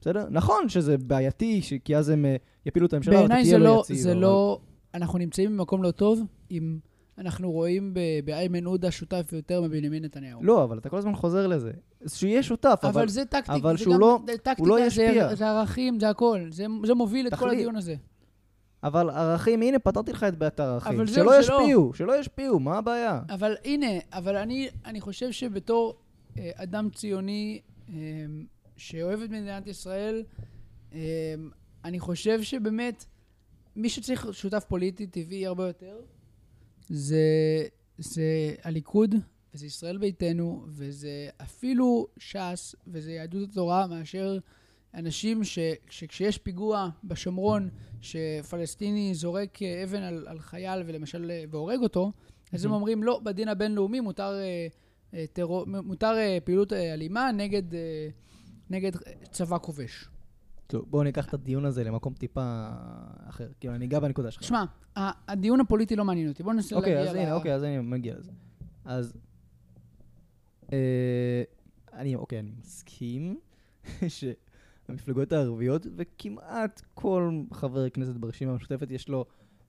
בסדר? נכון שזה בעייתי, ש... כי אז הם אה, יפילו את הממשלה, ואתה בעיניי תהיה זה לא לא, יציב. זה אבל- לא, אנחנו נמצאים במקום לא טוב אם אנחנו רואים ב- באיימן עודה שותף יותר מבנימין נתניהו. לא, אבל אתה כל הזמן חוזר לזה. אז שיהיה שותף, אבל... אבל זה טקטיקה, אבל זה שהוא גם לא- זה טקטיקה, הוא לא זה- ישפיע. זה ערכים, זה הכל. זה- זה מוביל את כל תחליט. הדיון הזה. אבל ערכים, הנה, פתרתי לך את בעיית הערכים. אבל זהו, שלא זה לא. ישפיעו, שלא ישפיעו, מה הבעיה? אבל הנה, אבל אני, אני חושב שבתור אה, אדם ציוני אה, שאוהב את מדינת ישראל, אה, אני חושב שבאמת מי שצריך שותף פוליטי טבעי הרבה יותר, זה, זה הליכוד, וזה ישראל ביתנו, וזה אפילו ש"ס, וזה יהדות התורה, מאשר אנשים ש, שכשיש פיגוע בשומרון, שפלסטיני זורק אה, אבן על, על חייל ולמשל, אה, והורג אותו, אז הם Mhm. אומרים, לא, בדין הבינלאומי מותר, אה, אה, טרור, מ- מותר אה, פעילות אה, אלימה נגד, אה, נגד אה, צבא כובש. טוב, בואו ניקח את הדיון הזה למקום טיפה אחר. כאילו, אני אגע בנקודה שלך. שמע, ה- הדיון הפוליטי לא מעניין אותי, בוא ננסה אוקיי, להגיע אז הנה, אוקיי, אז אני מגיע לזה. אז... אה, אני, אוקיי, אני מסכים (laughs) שהמפלגות הערביות, וכמעט כל חבר כנסת ברשימה המשותפת, יש לו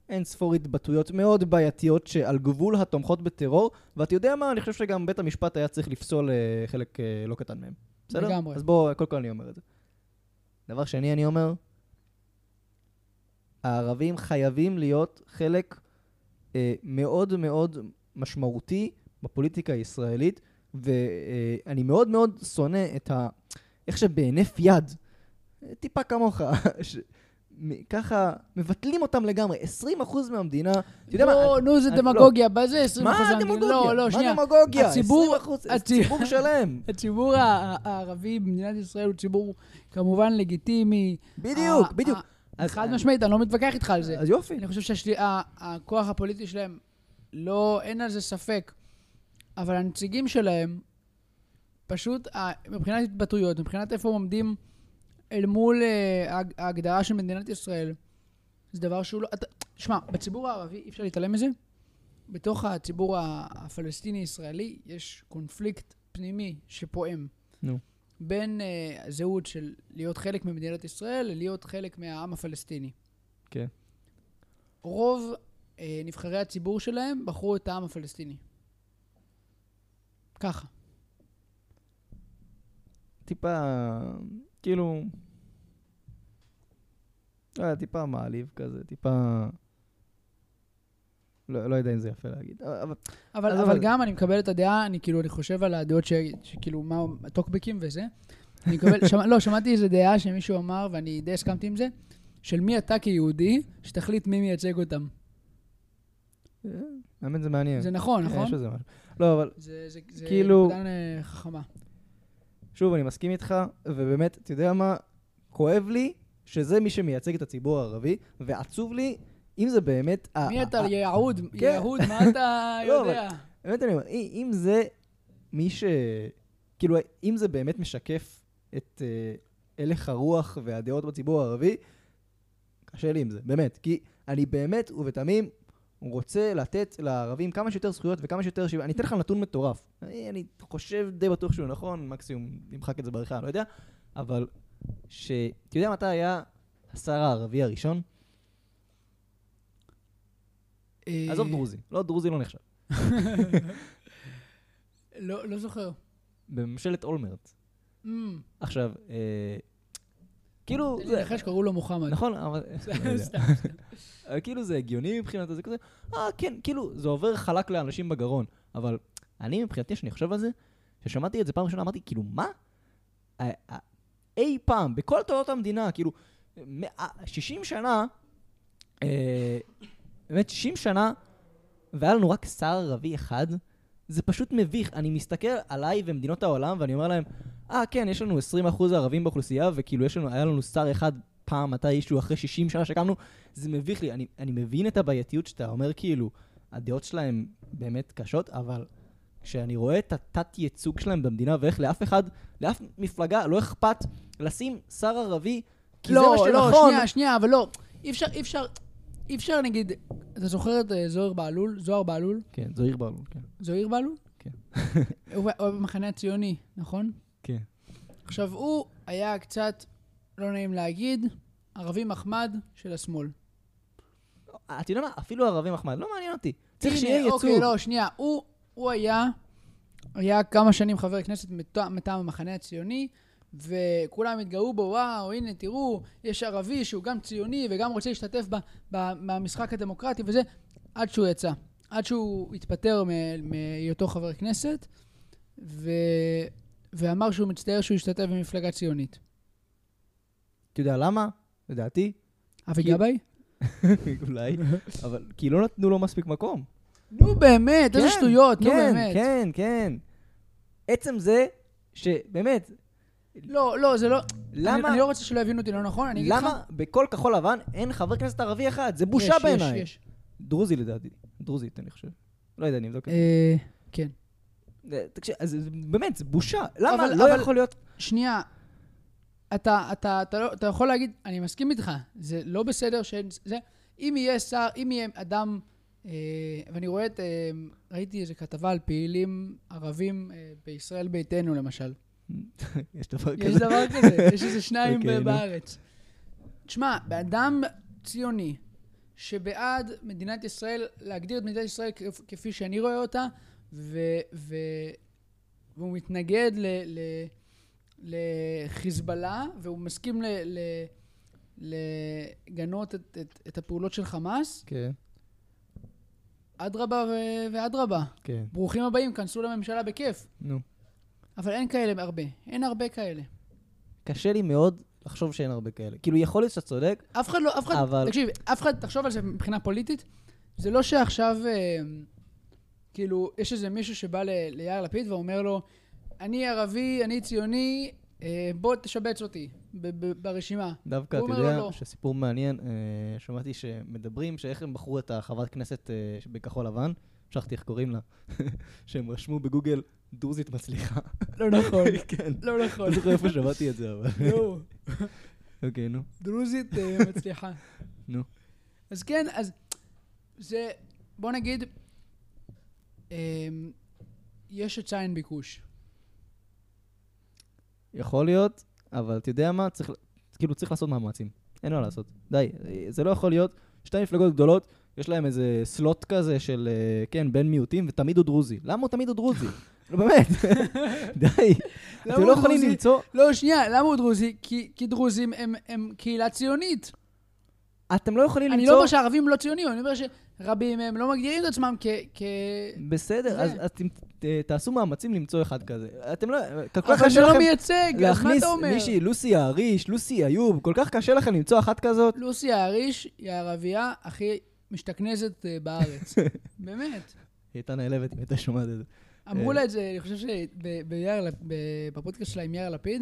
אין ספור התבטאויות מאוד בעייתיות שעל גבול התומכות בטרור, ואתה יודע מה? אני חושב שגם בית המשפט היה צריך לפסול אה, חלק אה, לא קטן מהם. בסדר? לגמרי. אז בוא, קודם כל אני אומר את זה. דבר שני, אני אומר, הערבים חייבים להיות חלק אה, מאוד מאוד משמעותי בפוליטיקה הישראלית, ואני מאוד מאוד שונא את ה... איך שבהינף יד, אה, טיפה כמוך, ש... מ- ככה מבטלים אותם לגמרי, 20% מהמדינה, אתה יודע מה, לא, נו, זה אני- דemagogia, בזה 20% מה מהמדינה. הדמגוגיה? לא, לא, שנייה. מה הדמגוגיה? הציבור- 20%, הצי- הציבור (laughs) שלם, הציבור ה- ה- הערבי במדינת ישראל הוא ציבור כמובן לגיטימי. בדיוק, ה- בדיוק. ה- אז- חד משמעית, אני לא מתווכח איתך על זה. אז יופי. אני חושב שהכוח הפוליטי שלהם, לא, אין על זה ספק. אבל הנציגים שלהם, פשוט אה, מבחינת התבטאויות, מבחינת איפה הם עומדים אל מול אה, ההג- ההגדרה של מדינת ישראל, זה דבר שהוא לא... אתה- שמע, בציבור הערבי אי אפשר להתעלם מזה. בתוך הציבור ה- הפלסטיני-ישראלי יש קונפליקט פנימי שפועם. נו. בין אה, הזהות של להיות חלק ממדינת ישראל ללהיות חלק מהעם הפלסטיני. כן. רוב אה, נבחרי הציבור שלהם בחרו את העם הפלסטיני. ככה. טיפה, כאילו, לא יודע, טיפה מעליב כזה, טיפה... לא, לא יודע אם זה יפה להגיד, אבל אבל אבל, אז אבל, אבל- אבל גם אני מקבל את הדעה, אני כאילו, אני חושב על הדעות ש, שכאילו, מה, הטוקבקים וזה. אני מקבל, (laughs) שמע, לא, שמעתי איזה דעה שמישהו אמר, ואני די הסכמתי עם זה, של מי אתה כיהודי, שתחליט מי מייצג אותם. האמת זה מעניין. זה נכון, כן, נכון? יש בזה משהו. לא, אבל זה, זה, זה כאילו- נקודה אה, חכמה. שוב, אני מסכים איתך, ובאמת, אתה יודע מה? כואב לי שזה מי שמייצג את הציבור הערבי, ועצוב לי, אם זה באמת... ה- מי ה- אתה, ה- יהוד? אה, כן. יהוד, מה אתה (laughs) לא, אבל- יודע? באמת אני אומר, אי- אם זה מי ש... כאילו, אם זה באמת משקף את אה, הלך הרוח והדעות בציבור הערבי, קשה לי עם זה, באמת. כי אני באמת ובתמים רוצה לתת לערבים כמה שיותר זכויות וכמה שיותר שוויון. אני אתן לך נתון מטורף. אני, אני חושב די בטוח שהוא נכון, מקסימום נמחק את זה בעריכה, אני לא יודע. אבל ש... אתה יודע מתי היה השר הערבי הראשון? אה, עזוב דרוזי, לא דרוזי לא נחשב. לא לא זוכר. בממשלת אולמרט. Mm, עכשיו, אה, כאילו, תן לי זה, לנחש שקראו לו מוחמד. נכון, אבל, לא יודע. (laughs) סתם, סתם. (laughs) אבל כאילו זה הגיוני מבחינת זה כזה, אה, כן, כאילו, זה עובר חלק לאנשים בגרון, אבל אני מבחינתי, שאני חושב על זה, כששמעתי את זה פעם ראשונה, אמרתי, כאילו, מה? אה, אה, אי פעם, בכל תולדות המדינה, כאילו, מאה- 60 שנה, אה, באמת 60 שנה, והיה לנו רק שר ערבי אחד, זה פשוט מביך. אני מסתכל עליי ומדינות העולם, ואני אומר להם, אה, כן, יש לנו 20% ערבים באוכלוסייה, וכאילו, יש לנו, היה לנו שר אחד פעם, מתישהו, אחרי 60 שנה שקמנו, זה מביך לי. אני, אני מבין את הבעייתיות שאתה אומר, כאילו, הדעות שלהם באמת קשות, אבל כשאני רואה את התת-ייצוג שלהם במדינה, ואיך לאף אחד, לאף מפלגה לא אכפת לשים שר ערבי, כי זה מה לא, שנכון. לא, שנייה, שנייה, אבל לא. אי אפשר, אי אפשר, אי אפשר נגיד, אתה זוכר את אה, זוהר בהלול? זוהר בהלול? כן, זו עיר ברלו, כן. זוהיר בהלול? כן. (laughs) הוא הוא היה במחנה הציוני, נכון? כן. עכשיו, הוא היה קצת, לא נעים להגיד, ערבי מחמד של השמאל. אתה יודע מה? אפילו ערבים אחמד, לא מעניין אותי. צריך הנה, שיהיה ייצוג. אוקיי, לא, שנייה. הוא, הוא היה, היה כמה שנים חבר כנסת מטע- מטעם המחנה הציוני, וכולם התגאו בו, וואו, הנה, תראו, יש ערבי שהוא גם ציוני וגם רוצה להשתתף ב, ב, במשחק הדמוקרטי וזה, עד שהוא יצא. עד שהוא התפטר מ- מהיותו חבר כנסת, ו... ואמר שהוא מצטער שהוא השתתף במפלגה ציונית. אתה יודע למה? לדעתי, (laughs) אבי כי- גבאי? אולי, אבל כי לא נתנו לו מספיק מקום. נו באמת, איזה כן, שטויות, נו כן, באמת. כן, כן. עצם זה שבאמת, לא, לא, זה לא... אני, למה, אני לא רוצה שלא יבינו אותי לא נכון, אני אגיד לך... למה בכל כחול לבן אין חבר כנסת ערבי אחד? זה יש, בושה יש, בעיניי. יש. דרוזי לדעתי. דרוזית, אני חושב. לא יודע, אני אבדוק את זה. אה, כן. אה, תקשיב, אז זה- באמת, זה בושה. למה אבל- לא אבל- יכול להיות... (laughs) שנייה, אתה, אתה, אתה, לא, אתה יכול להגיד, אני מסכים איתך, זה לא בסדר שאין... זה, אם יהיה שר, אם יהיה אדם, אה, ואני רואה את... אה, ראיתי איזו כתבה על פעילים ערבים אה, בישראל ביתנו, למשל. יש דבר יש כזה. דבר כזה, (laughs) יש איזה שניים אוקיי, ב- נו. בארץ. תשמע, באדם ציוני שבעד מדינת ישראל, להגדיר את מדינת ישראל כפ- כפי שאני רואה אותה, ו- ו- והוא מתנגד ל- ל- לחיזבאללה, והוא מסכים ל- ל- לגנות את, את, את הפעולות של חמאס, כן, אדרבה ו- ואדרבה. כן. ברוכים הבאים, כנסו לממשלה בכיף. נו. אבל אין כאלה הרבה, אין הרבה כאלה. קשה לי מאוד לחשוב שאין הרבה כאלה. כאילו, יכול להיות שאתה צודק, אף אחד לא, אף אחד, אבל... אבל- תקשיב, אף אחד, תחשוב על זה מבחינה פוליטית, זה לא שעכשיו, אה, כאילו, יש איזה מישהו שבא ל, ליאיר לפיד ואומר לו, אני ערבי, אני ציוני, אה, בוא תשבץ אותי ב- ב- ברשימה. דווקא, הוא אתה אומר לו יודע, לא. שסיפור מעניין, אה, שמעתי שמדברים, שאיך הם בחרו את החברת כנסת אה, בכחול לבן, שכחתי איך קוראים לה, (laughs) שהם רשמו בגוגל דרוזית (laughs) מצליחה. לא נכון, כן. לא נכון. (laughs) לא זוכר איפה שמעתי את זה, אבל... נו, אוקיי, נו. דרוזית אה, (laughs) מצליחה. נו. אז כן, אז זה, בוא נגיד, אה, יש היצע אין ביקוש. יכול להיות, אבל אתה יודע מה? צריך, כאילו, צריך לעשות מאמצים. אין מה לעשות. די, אה, זה לא יכול להיות. שתי מפלגות גדולות, יש להם איזה סלוט כזה של, אה, כן, בן מיעוטים, ותמיד הוא דרוזי. למה הוא תמיד הוא (laughs) דרוזי? לא, באמת. (laughs) די. למה אתם הוא לא יכולים דרוזי? למצוא... לא, שנייה, למה הוא דרוזי? כי, כי דרוזים הם, הם קהילה ציונית. אתם לא יכולים אני למצוא... לא אומר שהערבים לא ציונים, אני אומר שרבים מהם לא מגדירים את עצמם כ... כ... בסדר, זה. אז, אז ת, ת, תעשו מאמצים למצוא אחד כזה. אתם לא... כל כך אבל קשה זה לא לכם מייצג, אז מה להכניס אתה אומר? מישהי, לוסי האריש, לוסי איוב, כל כך קשה לכם למצוא אחת כזאת? לוסי האריש היא הערבייה הכי משתכנזת אה, בארץ. (laughs) באמת. היא הייתה נעלבת אם הייתה שומעת את זה. אמרו אה. לה את זה, אני חושב שביאיר, בפודקאסט שלה עם יאיר לפיד,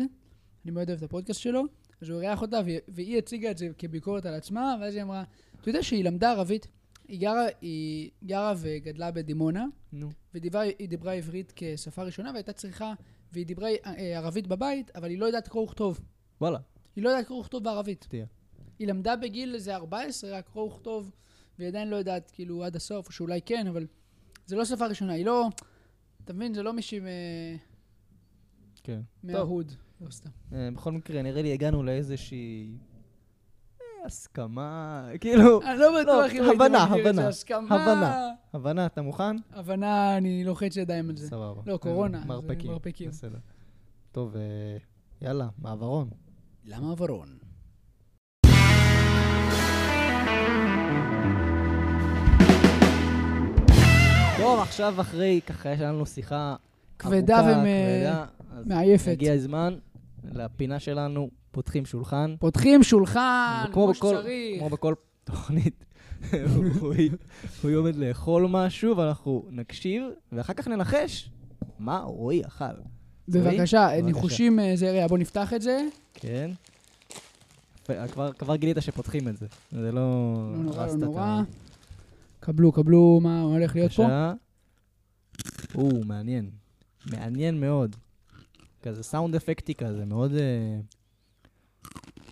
אני מאוד אוהב את הפודקאסט שלו, אז הוא אירח אותה, והיא- והיא הציגה את זה כביקורת על עצמה, ואז היא אמרה, אתה יודע שהיא למדה ערבית, היא גרה, היא גרה וגדלה בדימונה, נו. והיא דיברה עברית כשפה ראשונה, והייתה צריכה, והיא דיברה אה, ערבית בבית, אבל היא לא יודעת קרוא וכתוב. וואלה. היא לא יודעת קרוא וכתוב בערבית. תהיה. היא למדה בגיל איזה 14, רק קרוא וכתוב, והיא עדיין לא יודעת כאילו עד הסוף, או שאולי כן, אבל זה לא שפה ראשונה, היא לא... אתה מבין, זה לא מישהי מ- כן. טוב, מההוד. לא סתם. אה, בכל מקרה, נראה לי הגענו לאיזושהי... אה, הסכמה, כאילו, אני לא בטוח אם הייתי הבנה, מגדיר את הבנה, זה הסכמה. הבנה. הבנה, אתה מוכן? הבנה, אני לוחץ ידיים על זה. סבבה. אה, לא, קורונה, אז מרפקים. מרפקים. בסדר. טוב, אה, יאללה, מעברון. למה הוורון? טוב, עכשיו אחרי, ככה יש לנו שיחה כבדה ארוכה, ומ- כבדה, אז מעייפת. הגיע הזמן לפינה שלנו, פותחים שולחן. פותחים שולחן, וכמו כמו בכל- שצריך. כמו בכל תוכנית, רועי- רועי עומד לאכול משהו, ואנחנו נקשיב, ואחר כך ננחש מה רועי אכל. בבקשה, אוקיי. בבקשה. ניחושים אה, זה, רגע, בוא נפתח את זה. כן? יפה, כבר- כבר גילית שפותחים את זה. זה לא... לא נורא, לא הרסת את נורא. קבלו, קבלו, מה הולך להיות פה? בבקשה. או, מעניין. מעניין מאוד. כזה סאונד אפקטי כזה, מאוד... אה,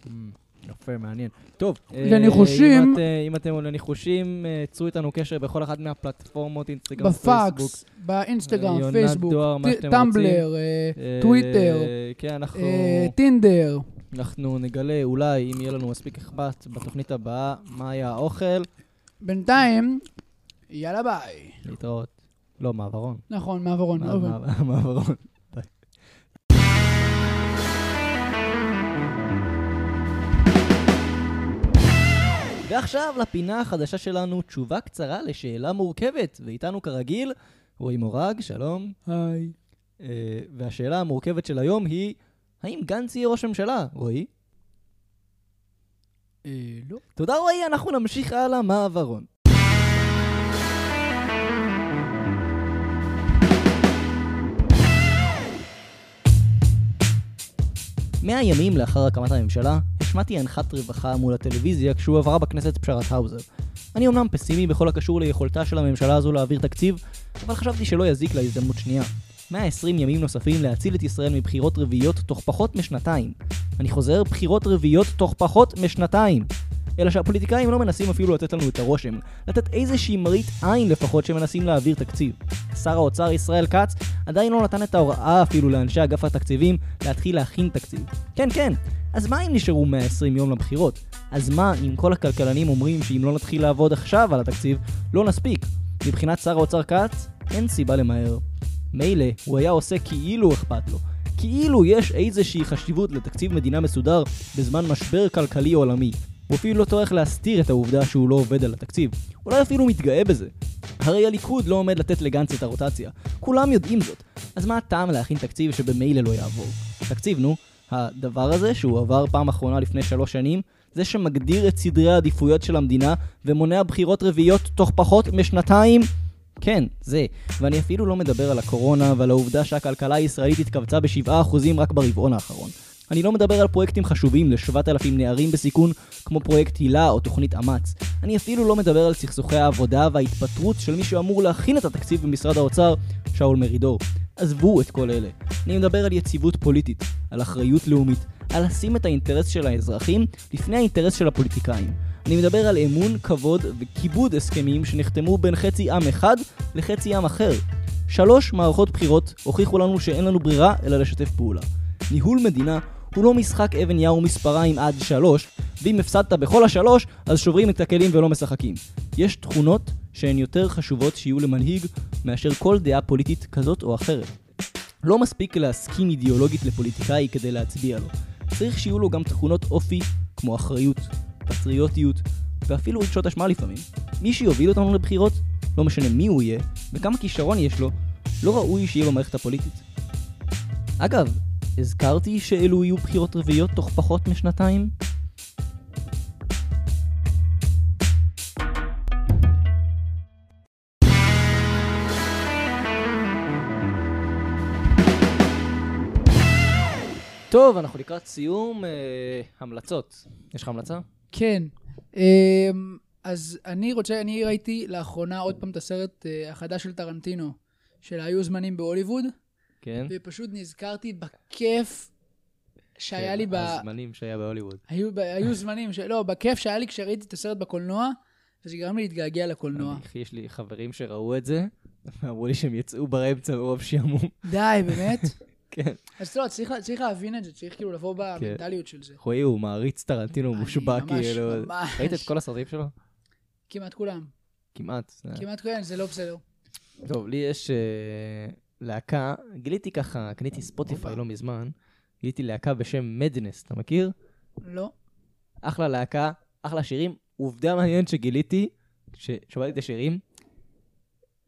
אמ, יפה, מעניין. טוב, אה, לניחושים. אם את, אה, אם אתם לניחושים, אה, צרו איתנו קשר בכל אחת מהפלטפורמות, אינסטגרם, פייסבוק. אה, בפקס, באינסטגרם, יונת פייסבוק, דואר, מה ט- שאתם טמבלר, אה, אה, טוויטר, כן, אנחנו, אה, טינדר. אנחנו נגלה אולי, אם יהיה לנו מספיק אכפת, בתוכנית הבאה, מה היה האוכל. בינתיים, יאללה ביי. להתראות. לא, מעברון. נכון, מעברון. אוקיי. מעבר- מעברון. ביי. ועכשיו לפינה החדשה שלנו, תשובה קצרה לשאלה מורכבת, ואיתנו כרגיל, רועי מורג, שלום. היי. אה, והשאלה המורכבת של היום היא, האם גנץ יהיה ראש ממשלה, רועי? אה, לא. תודה רועי, אנחנו נמשיך הלאה מעברון. מאה ימים לאחר הקמת הממשלה, השמעתי הנחת רווחה מול הטלוויזיה כשהוא עברה בכנסת פשרת האוזר. אני אומנם פסימי בכל הקשור ליכולתה של הממשלה הזו להעביר תקציב, אבל חשבתי שלא יזיק לה הזדמנות שנייה. 120 ימים נוספים להציל את ישראל מבחירות רביעיות תוך פחות משנתיים. אני חוזר, בחירות רביעיות תוך פחות משנתיים. אלא שהפוליטיקאים לא מנסים אפילו לתת לנו את הרושם, לתת איזושהי מראית עין לפחות שמנסים להעביר תקציב. שר האוצר ישראל כץ עדיין לא נתן את ההוראה אפילו לאנשי אגף התקציבים להתחיל להכין תקציב. כן, כן, אז מה אם נשארו 120 יום לבחירות? אז מה אם כל הכלכלנים אומרים שאם לא נתחיל לעבוד עכשיו על התקציב, לא נספיק? מבחינת שר האוצר כץ, אין סיבה למהר. מילא, הוא היה עושה כאילו אכפת לו. כאילו יש איזושהי חשיבות לתקציב מדינה מסודר בזמן משבר כלכלי עולמי. הוא אפילו לא טורח להסתיר את העובדה שהוא לא עובד על התקציב. אולי אפילו מתגאה בזה. הרי הליכוד לא עומד לתת לגנץ את הרוטציה. כולם יודעים זאת. אז מה הטעם להכין תקציב שבמילא לא יעבור? תקציב, נו. הדבר הזה שהוא עבר פעם אחרונה לפני שלוש שנים, זה שמגדיר את סדרי העדיפויות של המדינה ומונע בחירות רביעיות תוך פחות משנתיים, כן, זה. ואני אפילו לא מדבר על הקורונה ועל העובדה שהכלכלה הישראלית התכווצה ב-7% רק ברבעון האחרון. אני לא מדבר על פרויקטים חשובים ל-7,000 נערים בסיכון, כמו פרויקט הילה או תוכנית אמץ. אני אפילו לא מדבר על סכסוכי העבודה וההתפטרות של מי שאמור להכין את התקציב במשרד האוצר, שאול מרידור. עזבו את כל אלה. אני מדבר על יציבות פוליטית, על אחריות לאומית, על לשים את האינטרס של האזרחים לפני האינטרס של הפוליטיקאים. אני מדבר על אמון, כבוד וכיבוד הסכמים שנחתמו בין חצי עם אחד לחצי עם אחר. שלוש מערכות בחירות הוכיחו לנו שאין לנו ברירה אלא לשתף פעולה. ניהול מדינה הוא לא משחק אבן יער ומספריים עד שלוש, ואם הפסדת בכל השלוש, אז שוברים את הכלים ולא משחקים. יש תכונות שהן יותר חשובות שיהיו למנהיג מאשר כל דעה פוליטית כזאת או אחרת. לא מספיק להסכים אידיאולוגית לפוליטיקאי כדי להצביע לו. צריך שיהיו לו גם תכונות אופי כמו אחריות, פטריוטיות ואפילו רגשות אשמה לפעמים. מי שיוביל אותנו לבחירות, לא משנה מי הוא יהיה וכמה כישרון יש לו, לא ראוי שיהיה במערכת הפוליטית. אגב, הזכרתי שאלו יהיו בחירות רביעיות תוך פחות משנתיים? טוב, אנחנו לקראת סיום אה, המלצות. יש לך המלצה? כן. אמ, אז אני רוצה, אני ראיתי לאחרונה עוד פעם את הסרט אה, החדש של טרנטינו, של היו זמנים בהוליווד, כן. ופשוט נזכרתי בכיף שהיה לי ב... כן, הזמנים שהיה בהוליווד. היו, ב- היו זמנים, ש... לא, בכיף שהיה לי כשראיתי את הסרט בקולנוע, וזה גרם לי להתגעגע לקולנוע. אני- יש לי חברים שראו את זה, (laughs) ואמרו לי שהם יצאו באמצע מרוב שעמום. (laughs) די, באמת? כן. אז לא, צריך, לה- צריך להבין את זה, צריך כאילו לבוא במנטליות של זה. רועי כן. הוא מעריץ טרנטינו, הוא אני מושבע ממש, כאילו. ממש. ראית את כל הסרטים שלו? כמעט כולם. כמעט. זה- כמעט כולם, זה לא בסדר. טוב, לי יש אה, להקה, גיליתי ככה, קניתי ספוטיפיי אופה. לא מזמן, גיליתי להקה בשם מדנס, אתה מכיר? לא. אחלה להקה, אחלה שירים. עובדה מעניינת שגיליתי, כששמעתי את השירים,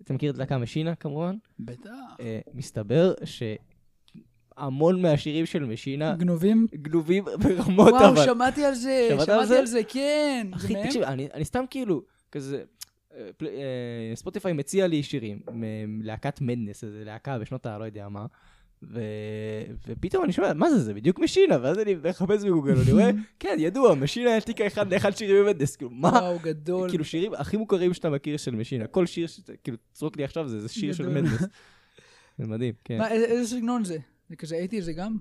אתה מכיר את להקה משינה כמובן? בטח. אה, מסתבר שהמון מהשירים של משינה (laughs) אה, גנובים? גנובים ברמות וואו, אה. לא, אבל. שמעתי על זה, שמעת על שמעתי זה? על זה, כן. זה אחי, מהם? תקשיב, אני אני סתם כאילו, כזה, אה, פל- אה, ספוטיפיי מציע לי שירים מלהקת מדנס, איזה להקה בשנות הלא יודע מה. ו... ופתאום אני שומע, מה זה, זה בדיוק משינה, ואז אני מחפש בגוגל, אני (laughs) רואה, כן, ידוע, משינה העתיקה אחד לאחד שירים במדנס, כאילו, מה? וואו, גדול. כאילו שירים הכי מוכרים שאתה מכיר של משינה. כל שיר שאתה, כאילו, צרוק לי עכשיו, זה זה שיר של גדול. מנדס. זה מדהים, כן. מה, איזה איזה סגנון זה? זה כזה הייתי זה (laughs) גם?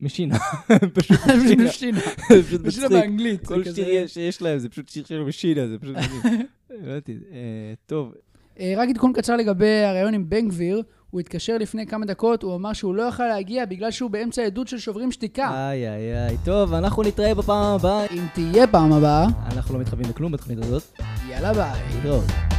משינה, (laughs) פשוט (laughs) משינה. משינה. זה פשוט משינה מצחיק. באנגלית. זה כל כזה- שיר יש- שיש להם, זה פשוט שיר של משינה, זה (laughs) פשוט מדהים. לא ידעתי, אה, טוב, אה, רק עדכון קצר לגבי הריאיון עם בן גביר, הוא התקשר לפני כמה דקות, הוא אמר שהוא לא יכל להגיע בגלל שהוא באמצע עדות של שוברים שתיקה. איי איי איי, טוב, אנחנו נתראה בפעם הבאה. אם תהיה פעם הבאה, אנחנו לא מתחבאים לכלום בתוכנית הזאת, יאללה ביי. להתראות.